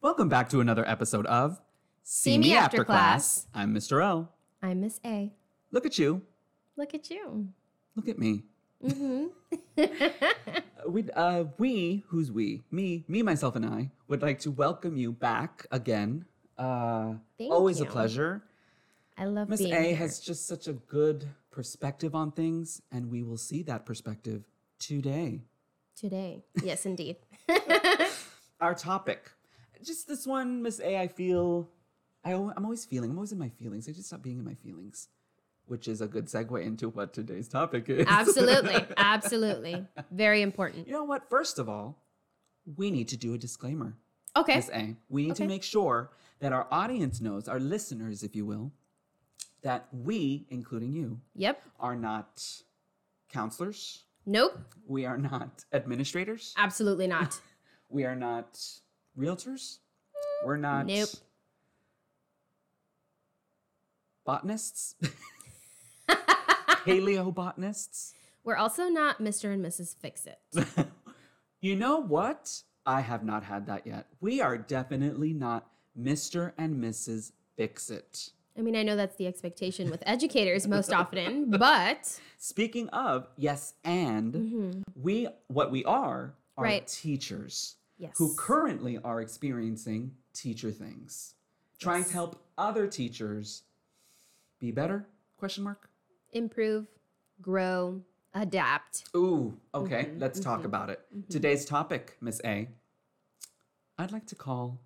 Welcome back to another episode of See Me After Class. I'm Mr. L. I'm Miss A. Look at you. Look at you. Look at me. hmm Uh, We, uh, we, who's we? Me, me, myself, and I would like to welcome you back again. Uh, Thank always a you. pleasure. I love Miss A being here. has just such a good perspective on things, and we will see that perspective today. today. Yes, indeed. Our topic, just this one, Miss A. I feel, I, al- I'm always feeling, I'm always in my feelings. I just stop being in my feelings, which is a good segue into what today's topic is. absolutely, absolutely, very important. you know what? First of all, we need to do a disclaimer. Okay, Miss A. We need to Okay. make sure that our audience knows, our listeners, if you will, that we, including you, yep. are not counselors. Nope, We are not administrators. absolutely not. We are not realtors. We're not Nope. botanists, paleobotanists. We're also not Mr. and Mrs. Fix It. you know what? I have not had that yet. We are definitely not Mr. and Mrs. Fix It. I mean, I know that's the expectation with educators most often, but Speaking of yes and, Mhm. we what we are are Right. teachers yes, who currently are experiencing teacher things, trying Yes. to help other teachers be better? Question mark. improve, grow, adapt. Ooh, okay. Mhm, Let's talk mhm, about it. mhm. Today's topic, Miss A, I'd like to call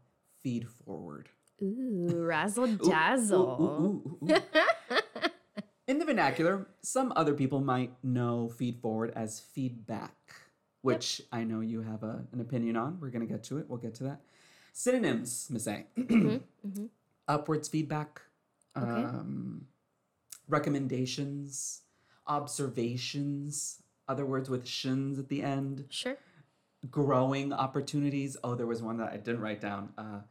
feed forward. Ooh, razzle Ooh, ooh, dazzle. ooh, ooh, ooh, ooh. In the vernacular, some other people might know feed forward as feedback, which I know you have a, an opinion on. We're going to get to it. We'll get to that. Synonyms, Miss A. Mhm, mhm. Upwards feedback, Okay. um, recommendations, observations, other words with shins at the end Sure. growing opportunities. Oh, there was one that I didn't write down. Uh,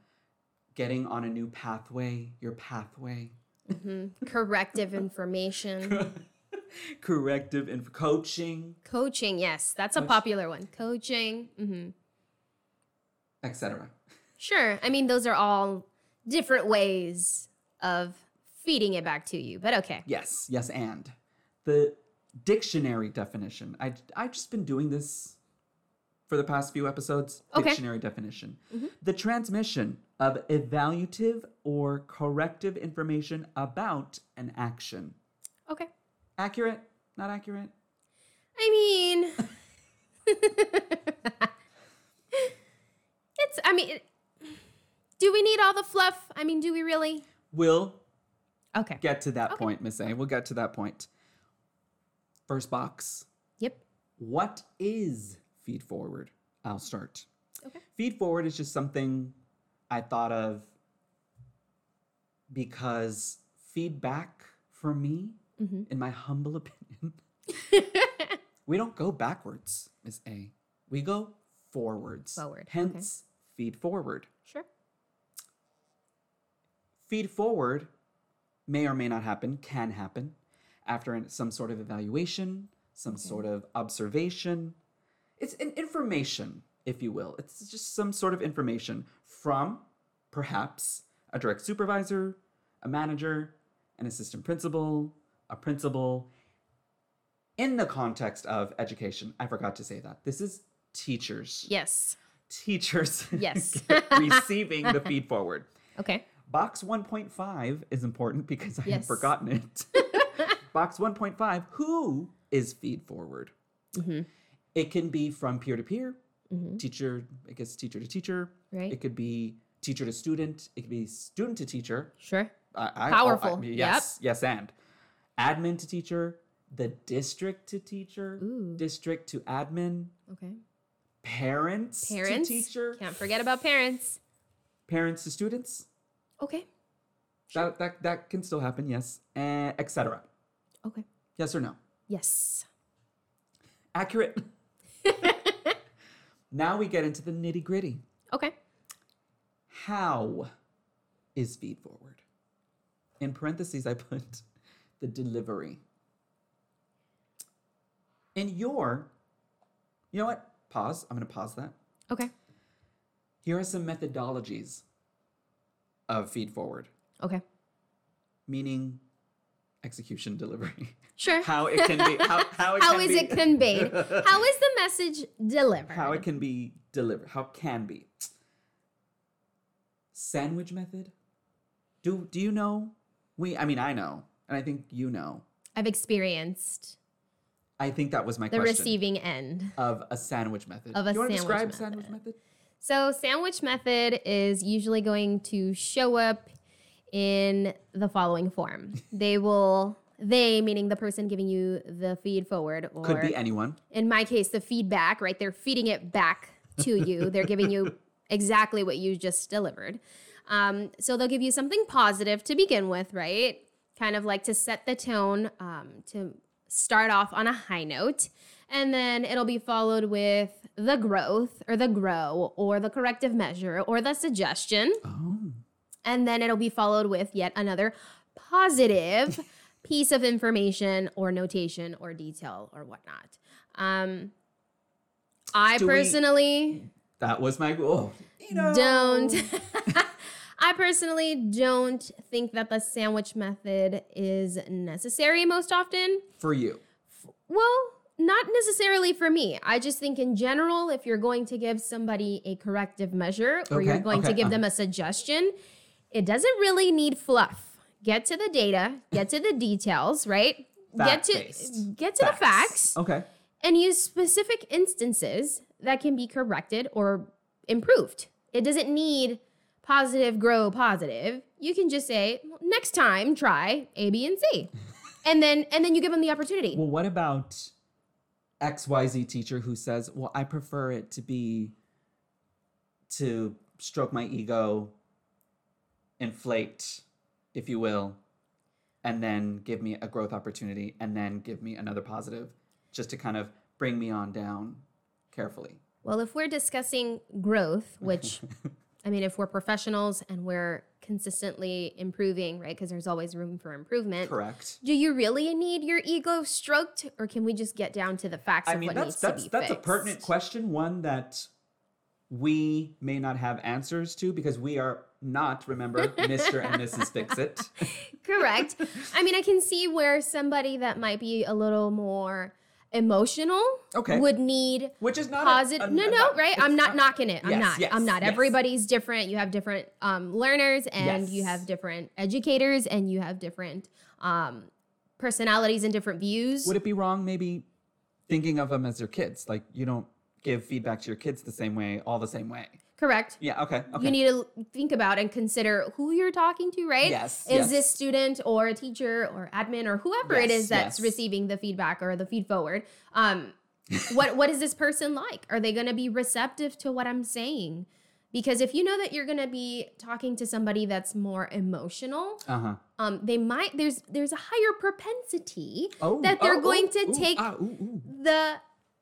getting on a new pathway, your pathway. hmm Corrective information. Corrective and coaching, Coaching, yes, that's a Coach- popular one. Coaching. hmm etc. Sure. I mean, those are all different ways of feeding it back to you, but okay. Yes, yes, and the dictionary definition. I I've just been doing this for the past few episodes. Okay. Dictionary definition. Mhm. The transmission of evaluative or corrective information about an action. Okay. Accurate? Not accurate? I mean, it's, I mean, it- do we need all the fluff? I mean, do we really? Will Okay. get to that Okay. point, Miss A. We'll get to that point. First box. Yep. What is feed forward? I'll start. Okay. Feed forward is just something I thought of because feedback for me, hmm in my humble opinion, we don't go backwards, Miss A. We go forwards. Forward, okay. Hence, feed forward. sure. feed forward may or may not happen, can happen after an- some sort of evaluation, some Okay. sort of observation. It's an information, if you will. It's just some sort of information from perhaps a direct supervisor, a manager, an assistant principal, a principal. In the context of education, I forgot to say that. This is teachers. Yes. Teachers Yes. receiving the feed forward. Okay. Box 1.5 is important because I had Yes. forgotten it. Box 1.5, who is feed forward? hmm It can be from peer to peer, hmm teacher, I guess teacher to teacher. Right. It could be teacher to student. It could be student to teacher. sure. I, oh, I, Powerful. Yep. yes. Yes, and admin to teacher, the district to teacher, Ooh. district to admin, Okay. parents, Parents. to teacher, Can't forget about parents. parents to students. Okay. That, that, that can still happen, yes, and etc. Okay. Yes or no? Yes. Accurate. now we get into the nitty gritty. Okay. How is feed forward? In parentheses, I put the delivery. In your, you know what? Pause. I'm going to pause that. Okay. Here are some methodologies of feed forward, Okay. meaning execution delivery. Sure. how it can be how, how, it how can is be, it conveyed? how is the message delivered? how it can be delivered. How it can be. Sandwich method? Do do you know? We I mean I know. And I think you know. I've experienced I think that was my the question receiving end. of a sandwich method. Of a you wanna sandwich describe method. sandwich method? So, sandwich method is usually going to show up in the following form. They will, they meaning the person giving you the feed forward, or Could be anyone. in my case, the feedback, right? They're feeding it back to you. They're giving you exactly what you just delivered. Um, so they'll give you something positive to begin with, right? Kind of like to set the tone, um, to start off on a high note. And then it'll be followed with the growth or the grow or the corrective measure or the suggestion. Oh. And then it'll be followed with yet another positive piece of information or notation or detail or whatnot. Um, I Do we- personally That was my oh, goal. don't. I personally don't think that the sandwich method is necessary most often. For you. Well, not necessarily for me. I just think in general, if you're going to give somebody a corrective measure or you're Okay, going to okay, uh-huh. give them a suggestion, it doesn't really need fluff. Get to the data, get to the details, right? Get to Fact-based. Oh. get to the facts Okay. and use specific instances that can be corrected or improved. It doesn't need positive, grow positive. You can just say, next time try A, B, and C. and then and then you give them the opportunity. Well, what about XYZ teacher who says, Well, I prefer it to be to stroke my ego, inflate, if you will, and then give me a growth opportunity and then give me another positive just to kind of bring me on down carefully. Well, if we're discussing growth, which I mean, if we're professionals and we're consistently improving, right? Because there's always room for improvement. Correct. Do you really need your ego stroked, or can we just get down to the facts I of mean, what that's needs that's to be that's fixed? a pertinent question, one that we may not have answers to because we are not, remember, Mr. and Mrs. Fix It. Correct. I mean, I can see where somebody that might be a little more emotional Okay. would need Which is not a- positive. a- No, a- no, right? I'm it's not knocking it. I'm Yes, not. yes, I'm not. yes. Everybody's different. You have different um, learners, and you Yes. have different educators, and you have different um, personalities and different views. Would it be wrong maybe thinking of them as your kids? Like you don't give feedback to your kids the same way, all the same way. Correct. Yeah, okay. Okay. You need to think about and consider who you're talking to, right? Yes, Is yes. this student or a teacher or admin or whoever it Yes, is that's yes. receiving the feedback or the feed forward? Um, what what is this person like? Are they going to be receptive to what I'm saying? Because if you know that you're going to be talking to somebody that's more emotional, uh-huh. um, they might there's there's a higher propensity Oh, that they're oh, going ooh, to ooh, take ah, ooh, ooh. the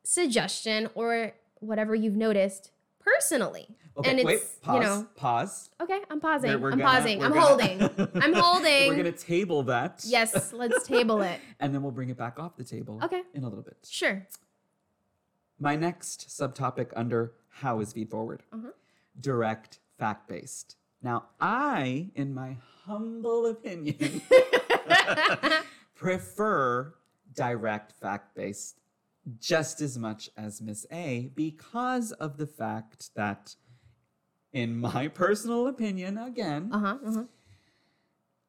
suggestion or whatever you've noticed personally. Okay, and it's wait, pause, you know pause. Okay, I'm pausing. We're- we're I'm gonna- pausing. we're I'm gonna- holding. I'm holding. We're gonna table that. yes, let's table it. And then we'll bring it back off the table Okay. in a little bit. Sure. My next subtopic under how is feed forward? Uh-huh. Direct fact based. Now, I, in my humble opinion, Uh-huh, prefer direct fact based just as much as Miss A because of the fact that, in my personal opinion, again, Uh huh. Uh-huh.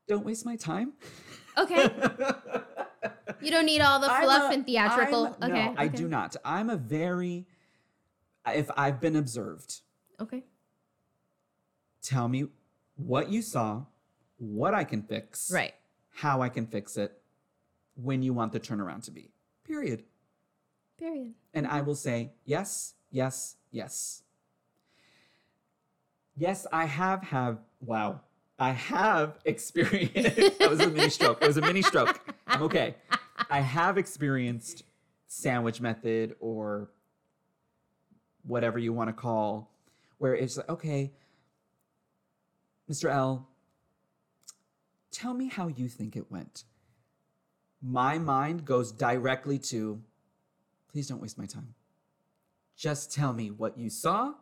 don't waste my time. Okay. You don't need all the I'm fluff a- and theatrical. I'm- okay. No, I okay. do not. I'm a very, if I've been observed, Okay. tell me what you saw, what I can fix, Right. how I can fix it, when you want the turnaround to be. Period. Period. And I will say yes, yes, yes. Yes, I have have wow. I have experienced that was a mini stroke. It was a mini stroke. I'm okay. I have experienced sandwich method or whatever you want to call where it's like, okay, Mr. L, tell me how you think it went. My mind goes directly to please don't waste my time. Just tell me what you saw,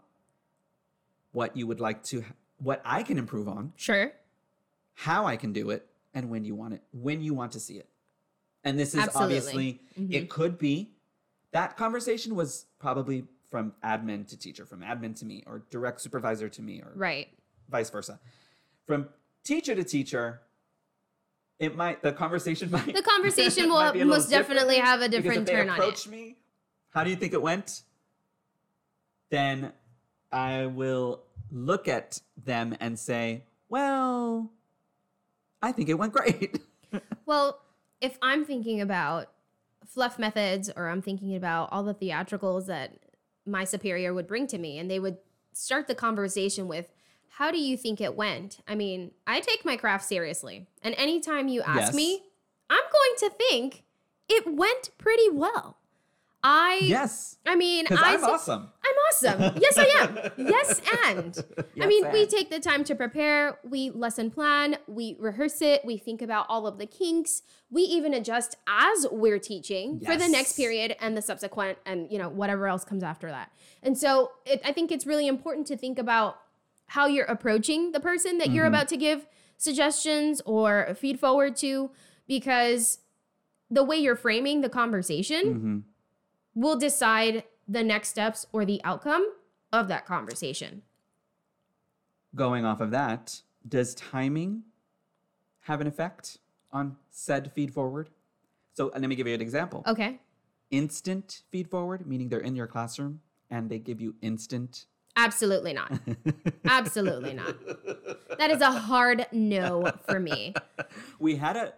what you would like to, what I can improve on, Sure. how I can do it, and when you want it, when you want to see it. And this is Absolutely. Mm-hmm. obviously, it could be that conversation was probably from admin to teacher, from admin to me, or direct supervisor to me, or Right. vice versa. From teacher to teacher, it might the conversation might The conversation will might be a little most definitely have a because if different they turn on it. approach me. How do you think it went? Then I will look at them and say, "Well, I think it went great." Well, if I'm thinking about fluff methods or I'm thinking about all the theatricals that my superior would bring to me, and they would start the conversation with, How do you think it went? I mean, I take my craft seriously. And anytime you ask Yes. me, I'm going to think it went pretty well. I yes, I mean, because I I'm sup- awesome. I'm awesome. Yes, I am. Yes, and. I Yes, mean, we and. take the time to prepare, we lesson plan, we rehearse it, we think about all of the kinks, we even adjust as we're teaching for the next Yes. period and the subsequent and, you know, whatever else comes after that. And so it, I think it's really important to think about how you're approaching the person that you're Mhm. about to give suggestions or feed forward to, because the way you're framing the conversation Mhm. will decide the next steps or the outcome of that conversation. Going off of that, does timing have an effect on said feed forward? So and let me give you an example. Okay. Instant feed forward, meaning they're in your classroom and they give you instant. Absolutely not. Absolutely not. That is a hard no for me. we had a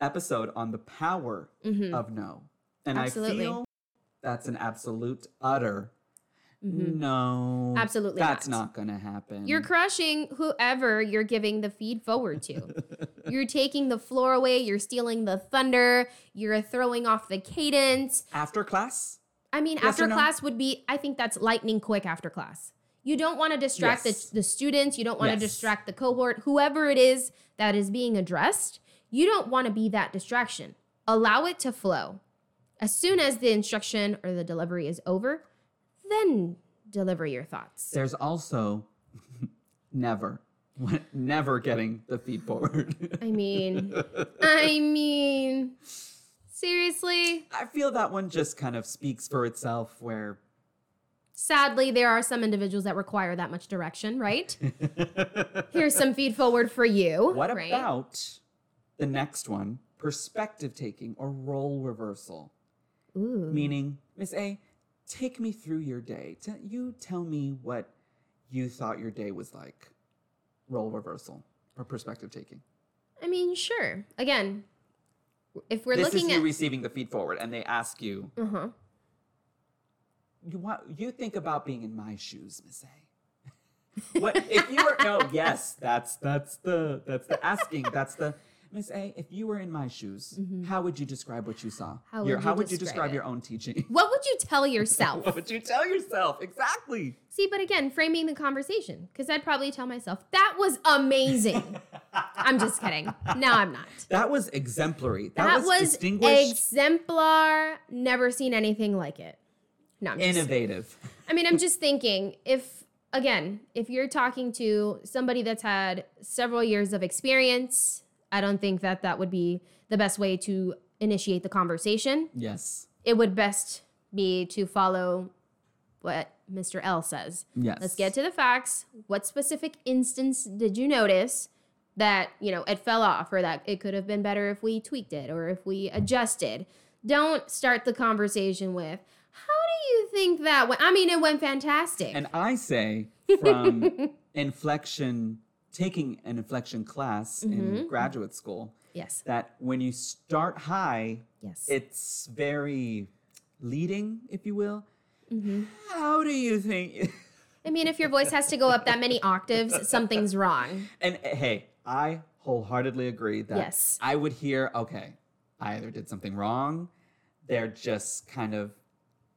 episode on the power Mhm. of no. And Absolutely. I feel that's an absolute utter Mhm. no. Absolutely Mm, That's not. not, gonna happen. You're crushing whoever you're giving the feed forward to. You're taking the floor away, you're stealing the thunder, you're throwing off the cadence. after class? I mean, Yes after or no? class would be, I think that's lightning quick after class. You don't want to distract Yes. the, the students, you don't want Yes. to distract the cohort, whoever it is that is being addressed. You don't want to be that distraction. Allow it to flow. As soon as the instruction or the delivery is over, then deliver your thoughts. There's also never. Never getting the feed forward. I mean, I mean, seriously. I feel that one just kind of speaks for itself where Sadly, there are some individuals that require that much direction, right? Here's some feed forward for you. What right? about the next one? Perspective taking or role reversal, Ooh. meaning Miss A, take me through your day. Te- you tell me what you thought your day was like. Role reversal or perspective taking. I mean, sure. Again, if we're this looking is you at receiving the feed forward, and they ask you, uh-huh. you want you think about being in my shoes, Miss A. what if you were no, yes, that's that's the that's the asking. That's the Miss A, if you were in my shoes, how would you describe what you saw? Mm-hmm. How Your- would you how would you describe describe it? your own teaching? what would you tell yourself? what would you tell yourself? Exactly. See, but again, framing the conversation because I'd probably tell myself that was amazing. I'm just kidding. No, I'm not. That was exemplary. That, That, was, was, distinguished, exemplar. Never seen anything like it. No, I'm just innovative. I mean, I'm just thinking if, again, if you're talking to somebody that's had several years of experience, I don't think that that would be the best way to initiate the conversation. Yes. It would best be to follow what Mr. L says. Yes. Let's get to the facts. What specific instance did you notice that, you know, it fell off or that it could have been better if we tweaked it or if we adjusted? Don't start the conversation with, how do you think that went? I mean, it went fantastic. And I say from inflection, taking an inflection class Mm-hmm. in graduate school, yes. that when you start high, Yes. it's very leading, if you will. Mhm. How do you think? I mean, if your voice has to go up that many octaves, something's wrong. And uh, hey, I wholeheartedly agree that Yes. I would hear, okay, I either did something wrong, they're just kind of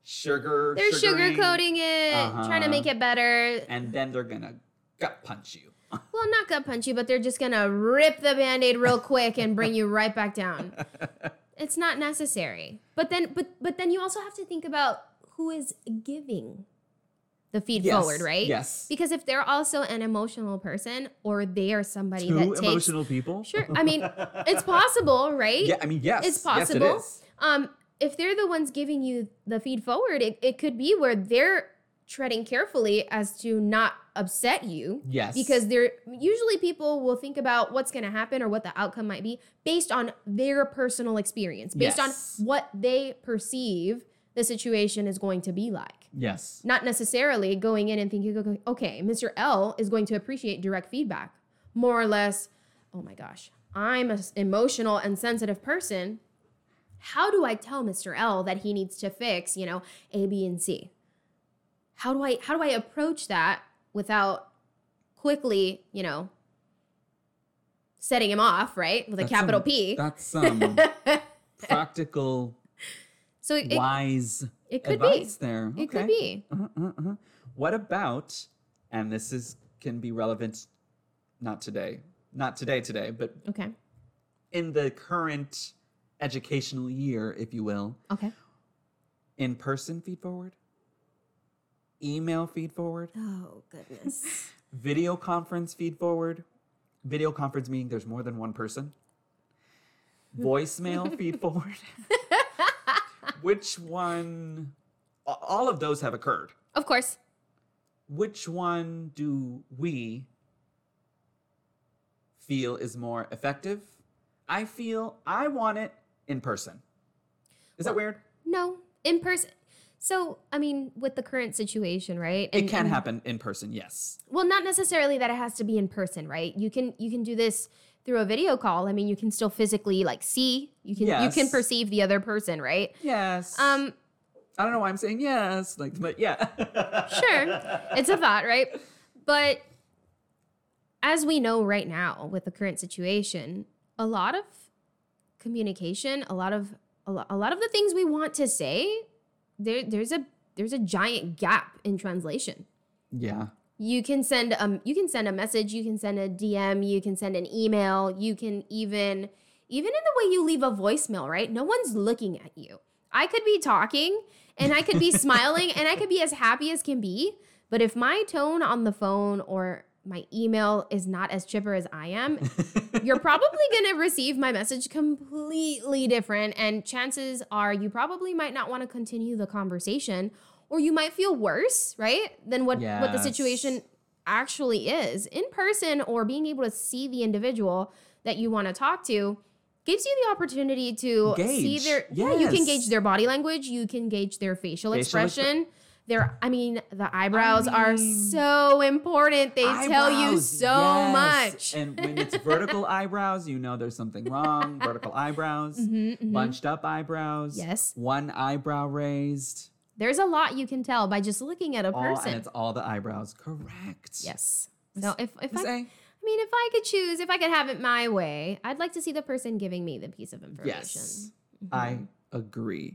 sugar. They're sugaring, sugarcoating it, trying Uh-huh. to make it better. And then they're going to gut punch you. Well, not gut punch you, but they're just gonna rip the band-aid real quick and bring you right back down. It's not necessary. But then but but then you also have to think about who is giving the feed Yes, forward, right? Yes. Because if they're also an emotional person or they are somebody Two that takes emotional people. Sure. I mean, it's possible, right? Yeah, I mean, yes. It's Yes, it possible. is. Um, if they're the ones giving you the feed forward, it, it could be where they're treading carefully as to not upset you. Yes. Because they're usually people will think about what's going to happen or what the outcome might be based on their personal experience, based Yes. on what they perceive the situation is going to be like. Yes. Not necessarily going in and thinking, okay, okay, Mr. L is going to appreciate direct feedback. More or less, oh my gosh, I'm an emotional and sensitive person. How do I tell Mr. L that he needs to fix, you know, A, B, and C? How do I how do I approach that without quickly, you know, setting him off, right? With a That's capital some- P. That's some practical, so it, it, wise it could be. advice there. It could Okay. be. Uh-huh, uh-huh, uh-huh. What about, and this is can be relevant, not today, not today, today, but Okay. in the current educational year, if you will, Okay. in person feed forward, email feed forward, Oh goodness. video conference feed forward, video conference meaning there's more than one person, voicemail feed forward. Which one? a- All of those have occurred. of course. which one do we feel is more effective? I feel I want it in person. Is that weird? No, in person. So, I mean, with the current situation, right? It And- can and- happen in person, yes. Well, not necessarily that it has to be in person, right? You can you can do this through a video call. I mean, you can still physically like see. You can you can Yes. perceive the other person, right? Yes. Um, I don't know why I'm saying yes, like but yeah. sure. It's a thought, right? But as we know right now with the current situation, a lot of communication, a lot of a lo- a lot of the things we want to say, there there's a there's a giant gap in translation. yeah. you can send um you can send a message you can send a dm you can send an email you can even even in the way you leave a voicemail right no one's looking at you i could be talking and i could be smiling and i could be as happy as can be but if my tone on the phone or my email is not as chipper as i am you're probably going to receive my message completely different and chances are you probably might not want to continue the conversation or you might feel worse right than what what the Yes. situation actually is in person or being able to see the individual that you want to talk to gives you the opportunity to see Gauge, their yeah you yes. can gauge their body language you can gauge their facial, Facial expre- expression their i mean the eyebrows are mean- so important they tell you Eyebrows, so yes. much And when it's vertical eyebrows, you know there's something wrong. Vertical eyebrows, Mhm, mhm. bunched up eyebrows. Yes. One eyebrow raised. There's a lot you can tell by just looking at a all, person. and it's all the eyebrows. Correct. yes. So if, if I, Miss I A? mean, if I could choose, if I could have it my way, I'd like to see the person giving me the piece of information. Yes. Mm-hmm. I agree.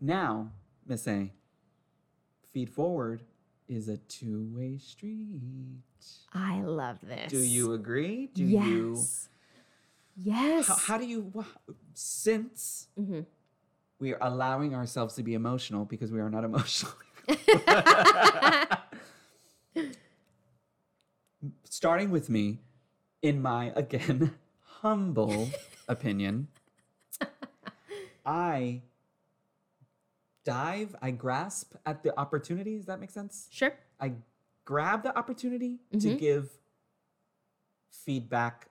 Now, Miss A, feed forward is a two-way street. I love this. Do you agree? Do yes. you? Yes. How, how do you? wh- Since Mhm. we are allowing ourselves to be emotional because we are not emotional. Starting with me, in my again humble opinion, I dive, I grasp at the opportunity. Does that make sense? sure. I grab the opportunity to Mhm. give feedback.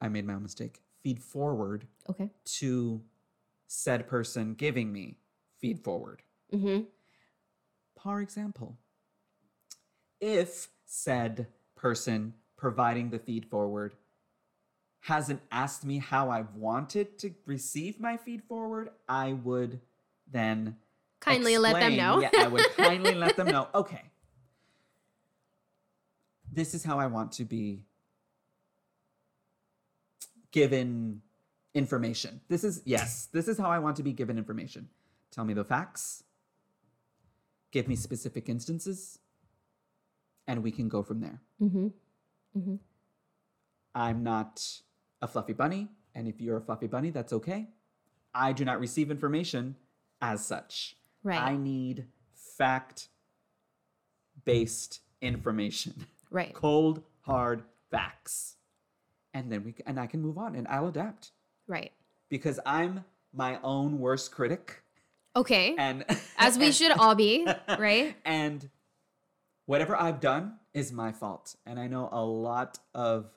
I made my own mistake. Feed forward Okay. to said person giving me feed forward. Mm-hmm. For example, if said person providing the feed forward hasn't asked me how I wanted to receive my feed forward, I would then Kindly let them explain- know. yeah, I would kindly let them know. Okay. This is how I want to be given information. This is, yes, this is how I want to be given information. Tell me the facts, give me specific instances, and we can go from there. mm-hmm. I'm not a fluffy bunny, and if you're a fluffy bunny, that's okay. I do not receive information as such. Right. I need fact based information, Right. cold, hard facts. And then we and I can move on and I'll adapt Right. because I'm my own worst critic Okay. and As we and- should all be, right? and whatever I've done is my fault. And I know a lot of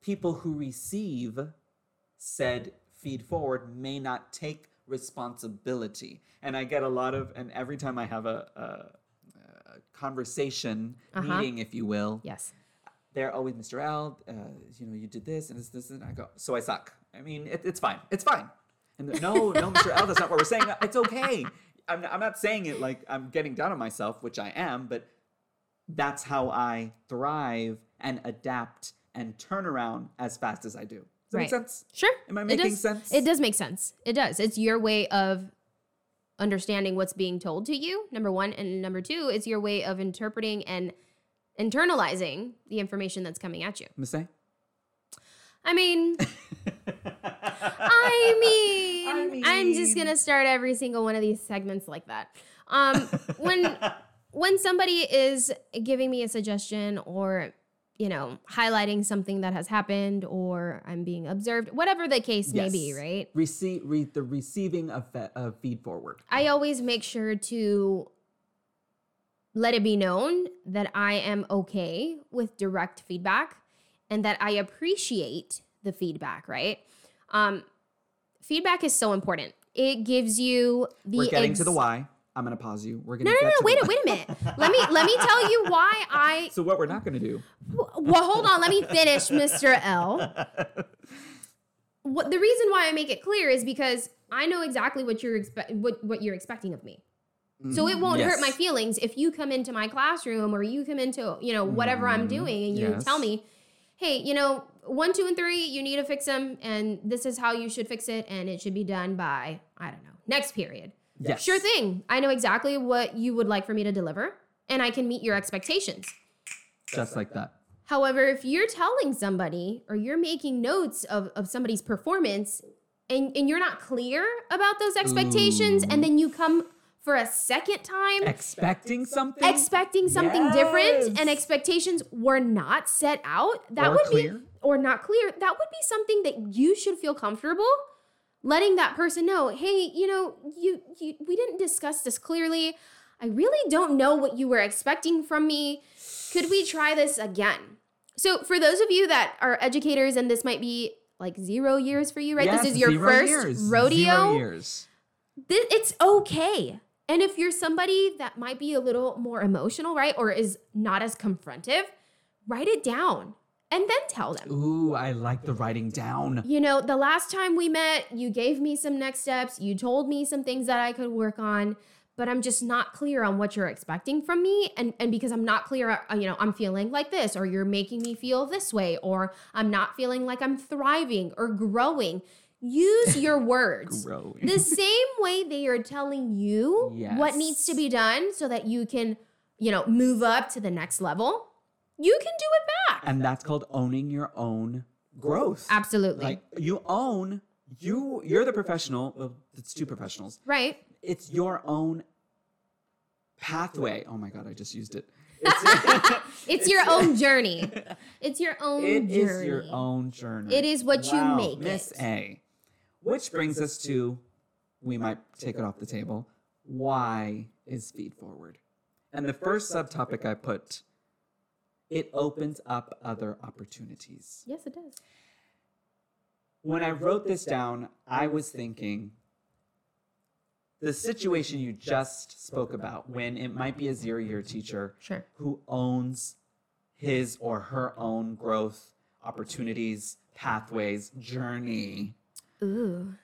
people who receive said feed forward may not take responsibility. And I get a lot of, and every time I have a, a, a conversation, Uh-huh. meeting, if you will, Yes. they're always Mr. Al, uh, you know, you did this and this, this, and I go, so I suck. I mean, it, it's fine. It's fine. And they're, no, no, Mr. Al, that's not what we're saying. It's okay. I'm, I'm not saying it like I'm getting down on myself, which I am, but that's how I thrive and adapt and turn around as fast as I do. Does that Right. make sense? Sure. Am I It making does- sense? It does make sense. It does. It's your way of understanding what's being told to you, number one. And number two, it's your way of interpreting and internalizing the information that's coming at you. Missy? I mean, I mean, I am just mean. gonna start every single one of these segments like that. Um, when when somebody is giving me a suggestion or you know highlighting something that has happened or I'm being observed, whatever the case may be, Yes. right? Receive, re- the receiving of, fe- of feed forward. I always make sure to let it be known that I am okay with direct feedback and that I appreciate the feedback, right? Um, feedback is so important. It gives you the we're getting to ex- the why. I'm going to pause you. We're going No, to no, no, get to wait the a wait a minute. Let me let me tell you why I So what we're not going to do well, hold on. Let me finish, Mr. L. What the reason why I make it clear is because I know exactly what you're expe- what, what you're expecting of me. So it won't hurt yes. my feelings if you come into my classroom or you come into, you know, whatever I'm Mhm, doing and you yes. tell me, "Hey, you know, 1, 2 and 3, you need to fix them and this is how you should fix it and it should be done by, I don't know, next period." Yes. Sure thing. I know exactly what you would like for me to deliver and I can meet your expectations. Just like that. However, if you're telling somebody or you're making notes of, of somebody's performance and, and you're not clear about those expectations, Mm. and then you come for a second time Expecting something? expecting something different and Yes. expectations were not set out, that Or would clear. be or not clear, that would be something that you should feel comfortable letting that person know, "Hey, you know, you, you we didn't discuss this clearly. I really don't know what you were expecting from me. Could we try this again?" So, for those of you that are educators and this might be like 0 years for you, right? this Yes, is your zero first years. Zero rodeo years. th- it's okay. And if you're somebody that might be a little more emotional, right, or is not as confrontive, write it down and then tell them. Ooh, I like the writing down. You know, the last time we met, you gave me some next steps, you told me some things that I could work on, but I'm just not clear on what you're expecting from me and and because I'm not clear, uh, you know, I'm feeling like this or you're making me feel this way or I'm not feeling like I'm thriving or growing. Use your words Growing. the same way they are telling you what needs to Yes. be done so that you can, you know, move up to the next level, you can do it back. and that's called owning your own growth. Absolutely. Like you own you you're the professional, well, it's two professionals. right. It's your own pathway. Oh my god, I just used it. It's, It's your own journey. It's your own it journey. is your own journey. It is what you Wow, make Miss it. A. Which brings us to we might take it off the table. Why is feed forward? And the first subtopic I put it opens up other opportunities. Yes, it does. When I wrote this down, I was thinking the situation you just spoke about when it might be a zero year teacher Sure. who owns his or her own growth, opportunities, pathways, journey. Ooh.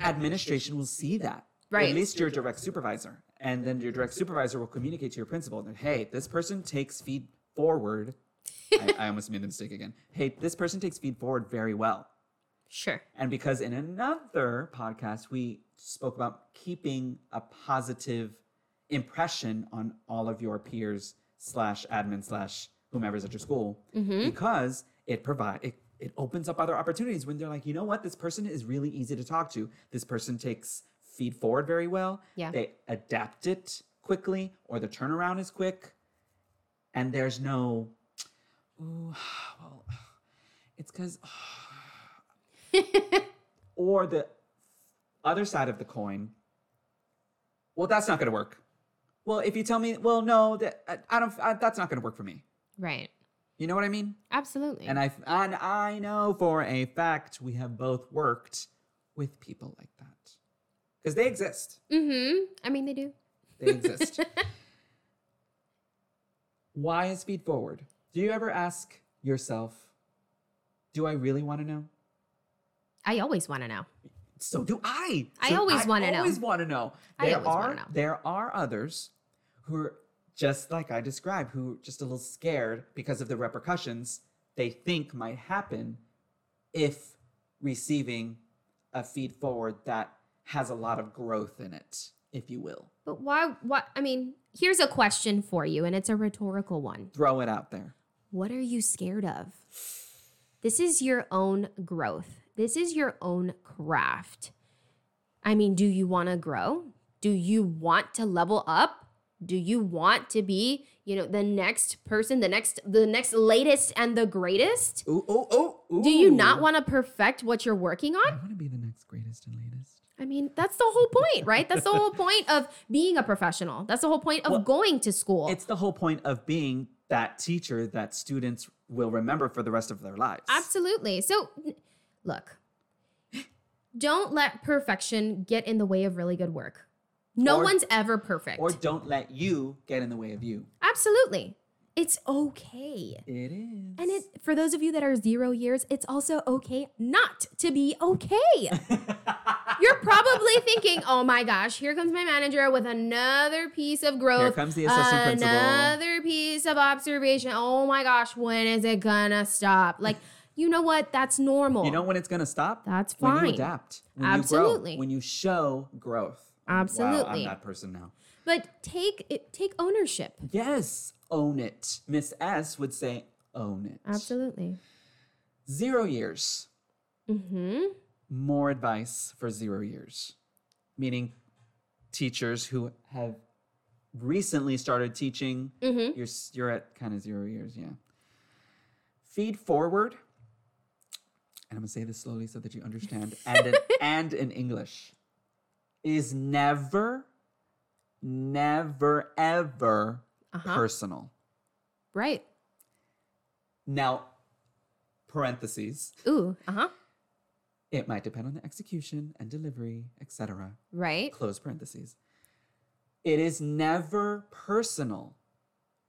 administration will see that. Right. At least your direct supervisor. And then your direct supervisor will communicate to your principal that, hey, this person takes feed forward. I, I almost made the mistake again. Hey, this person takes feed forward very well. Sure. And because in another podcast, we spoke about keeping a positive impression on all of your peers slash admin slash whomever's at your school, Mhm. because it provide it, it opens up other opportunities when they're like, you know what, this person is really easy to talk to. This person takes feed forward very well. Yeah. They adapt it. quickly or the turnaround is quick and there's no ooh well it's cuz or the other side of the coin well that's not going to work well if you tell me well no that I, I don't I, that's not going to work for me right. you know what i mean Absolutely. and i and i know for a fact we have both worked with people like that cuz they exist mm-hmm. I mean, they do. they exist. Why is speed forward? Do you ever ask yourself, do I really want to know? I always want to know. So do I. I So always wanna know. always want to know. I There always are wanna know. there are others who are just like I described, who are just a little scared because of the repercussions they think might happen if receiving a feed forward that has a lot of growth in it, if you will. But why? What? I mean, here's a question for you, and it's a rhetorical one. Throw it out there. What are you scared of? This is your own growth. This is your own craft. I mean, do you want to grow? Do you want to level up? Do you want to be, you know, the next person, the next the next latest and the greatest? Ooh, ooh, ooh, ooh. Do you not want to perfect what you're working I on? want to be the next greatest and latest. I mean, that's the whole point, right? That's the whole point of being a professional. That's the whole point of Well, going to school. It's the whole point of being that teacher that students will remember for the rest of their lives. Absolutely. So, n- look, don't let perfection get in the way of really good work. No Or- one's ever perfect. Or don't let you get in the way of you. Absolutely. It's okay. It is. And it for those of you that are 0 years, it's also okay not to be okay. You're probably thinking, "Oh my gosh, here comes my manager with another piece of growth. comes the assistant principal." Another piece of observation. Oh my gosh, when is it gonna stop?" Like, you know what? That's normal. You know when it's going to stop? That's When you fine. adapt. When You Absolutely. grow, when you show growth. Wow, I'm Absolutely. that person now. But take it, take ownership. Yes, own it. Miss S would say, own it. Absolutely. Zero years. Mm-hmm. more advice for zero years, meaning teachers who have recently started teaching. Mm-hmm. You're s- you're at kind of zero years, yeah. Feed forward, and I'm gonna say this slowly so that you understand, and in, and in English, is never, never, ever Uh-huh. personal. Right. Now, parentheses. Ooh. Uh-huh. It might depend on the execution and delivery, etc. Right. close parentheses. It is never personal.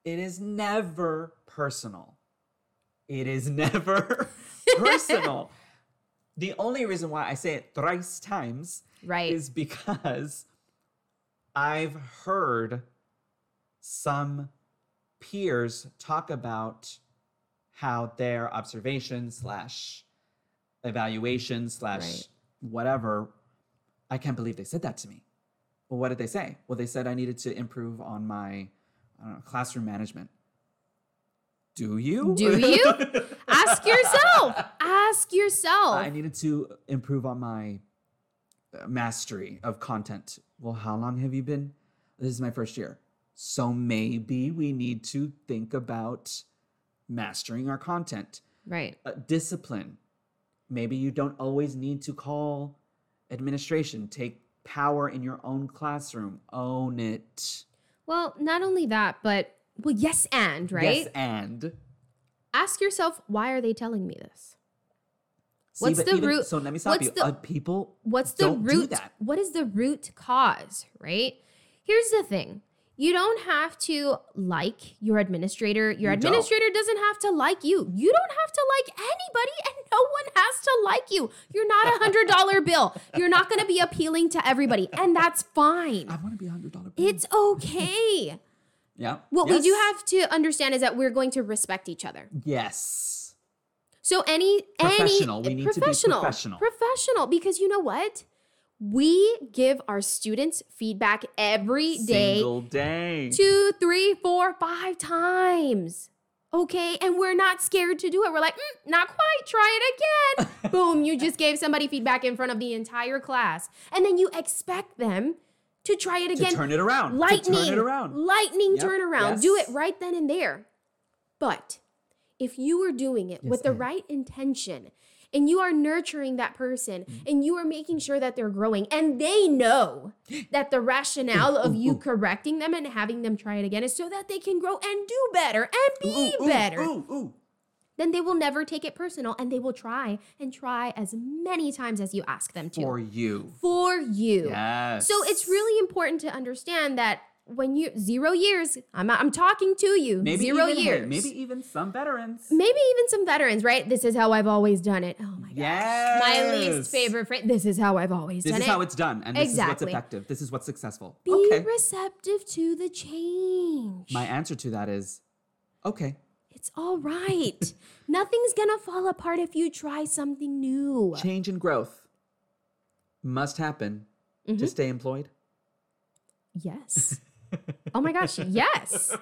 It is never personal. It is never personal. The only reason why I say it thrice times Right. is because I've heard some peers talk about how their observation slash evaluation slash Right. whatever. I can't believe they said that to me. Well, what did they say? Well, they said I needed to improve on my I don't know, classroom management. Do you? Do you? Ask yourself. Ask yourself. I needed to improve on my uh, mastery of content. Well, how long have you been? This is my first year. So maybe we need to think about mastering our content, right. uh, discipline. Maybe you don't always need to call administration. Take power in your own classroom. Own it. Well, not only that, but well, yes and right. Yes, and Ask yourself, why are they telling me this? See, What's but the root- So let me stop what's you. the- Uh, people What's the Don't do root? that. What is the root cause? Right. Here's the thing. You don't have to like your administrator. Your You don't. administrator doesn't have to like you. You don't have to like anybody, and no one has to like you. You're not a hundred dollar bill. You're not going to be appealing to everybody, and that's fine. I want to be a hundred dollar. It's okay. yeah. What we do Yes. have to understand is that we're going to respect each other. Yes. So any Professional. any We need to be professional. professional, because you know what? We give our students feedback every day, Single day. two, three, four, five times. Okay, and we're not scared to do it. We're like, "Mm, not quite. Try it again. Boom! You just gave somebody feedback in front of the entire class, and then you expect them to try it to again. turn it around. lightning, To turn it around. lightning Yep. turn around. Do Yes. it right then and there. But if you are doing it with Yes, the and- right intention and you are nurturing that person Mm-hmm. and you are making sure that they're growing and they know that the rationale of ooh, you ooh. correcting them and having them try it again is so that they can grow and do better and be Ooh, ooh, better Ooh, ooh. then they will never take it personal and they will try and try as many times as you ask them to For you. for you. Yes. So it's really important to understand that when you zero years, I'm I'm talking to you. maybe zero even, hey, years. Maybe even some veterans. Maybe even some veterans, right? This is how I've always done it. Oh my god. Yes. My least favorite phrase. This is how I've always This done is it. how it's done, and this Exactly. is what's effective. This is what's successful. Be okay. receptive to the change. My answer to that is, okay. it's all right. Nothing's gonna fall apart if you try something new. Change and growth must happen to Mhm. stay employed. Yes. oh my gosh, yes.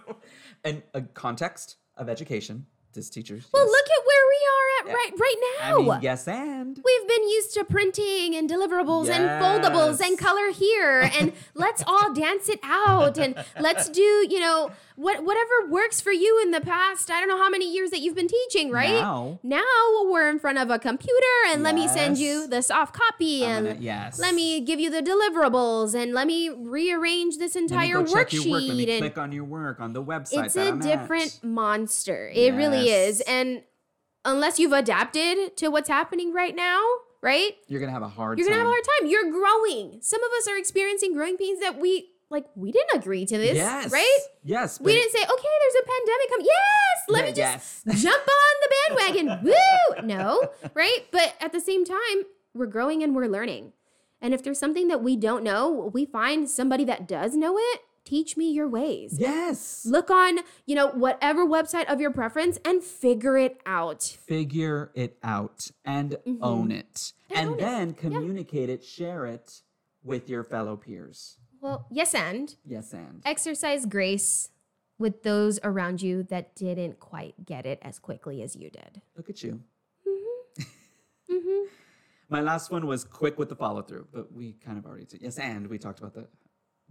And a context of education, this teachers. Well, yes. look at where we are at Yeah. right right I now. mean, yes, and We've been used to printing and deliverables and foldables and Yes. color here and let's all dance it out and let's do, you know, what whatever works for you in the past. I don't know how many years that you've been teaching, right? now Now we're in front of a computer and let me send you Yes. the soft copy I'm and gonna- yes. let me give you the deliverables and let me rearrange this Let me entire go check worksheet Your work. Let me and click on your work on the website. it's that a I'm at. different monster. It really is. Yes. And unless you've adapted to what's happening right now, right? You're gonna have a hard. You're time. gonna have a hard time. You're growing. Some of us are experiencing growing pains that we like. We didn't agree to this, Yes. right? Yes. We but- didn't say, okay, there's a pandemic coming. Yes, let Yeah, me just yes. jump on the bandwagon. Woo! No, right? But at the same time, we're growing and we're learning. And if there's something that we don't know, we find somebody that does know it. Teach me your ways Yes. look on you know whatever website of your preference and figure it out Figure it out and Mhm. own it, And and own it. then communicate it, share it with your fellow peers. well yes and Yes, and exercise grace with those around you that didn't quite get it as quickly as you did look at you. mm-hmm. My last one was quick with the follow through, but we kind of already did. Yes, and we talked about that.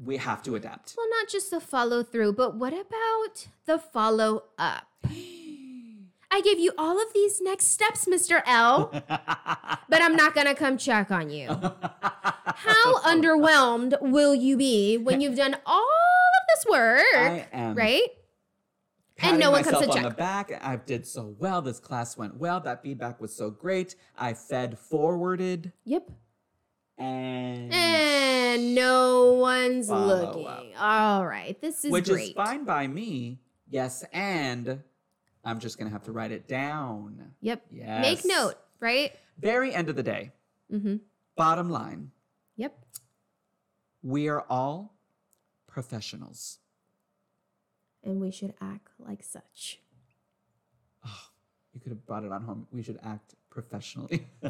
We have to adapt. well not just the follow through but what about the follow up i give you all of these next steps mr l but i'm not gonna come check on you how underwhelmed will you be when you've done all of this work I am right patting no one comes myself to on the check. back. I did so well. This class went well. That feedback was so great. I fed forwarded yep and Eh, And no one's Follow looking. up. All right, this is which great. is fine by me. Yes, and I'm just gonna have to write it down. Yep. Yes. Make note, right? Very end of the day. Mm-hmm. Bottom line, Yep. we are all professionals. And we should act like such. Oh, you could have brought it on home. We should act professionally.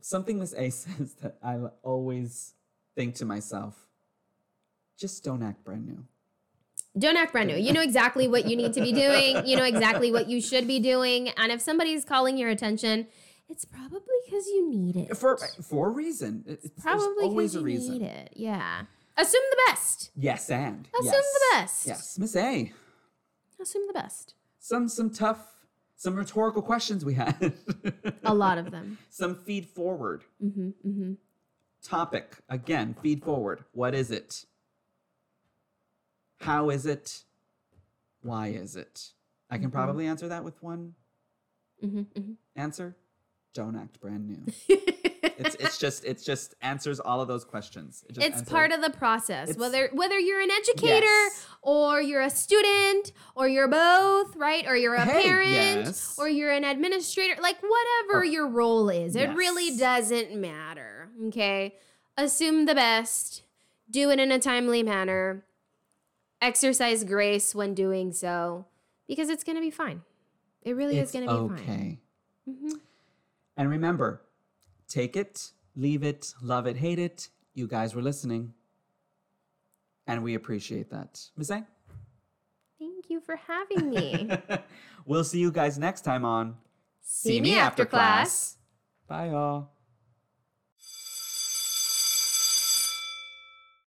Something Miss A says that I l- always think to myself: just don't act brand new. Don't act brand new. You know exactly what you need to be doing. You know exactly what you should be doing. And if somebody's calling your attention, it's probably because you need it. For for a reason. It- it's- there's probably always because a you reason. need it. Yeah. Assume the best. Yes, and Assume yes. the best. Yes, Miss A. Assume the best. Some some tough, some rhetorical questions we had. A lot of them. some feed forward Mm-hmm. Mm-hmm. topic again. Feed forward. What is it? How is it? Why is it? I can Mhm. probably answer that with one Mm-hmm. mm-hmm. answer. Don't act brand new. It's it's just it's just answers all of those questions. It just it's part of the process It's- whether whether you're an educator Yes. or you're a student or you're both right or you're a Hey, parent yes. or you're an administrator like whatever Or- your role is it really Yes. doesn't matter okay assume the best do it in a timely manner exercise grace when doing so because it's going to be fine it really it's is going to be okay. fine hmm And remember, take it, leave it, love it, hate it. You guys were listening. And we appreciate that. Miss A? thank you for having me we'll see you guys next time on see me after class Bye, y'all.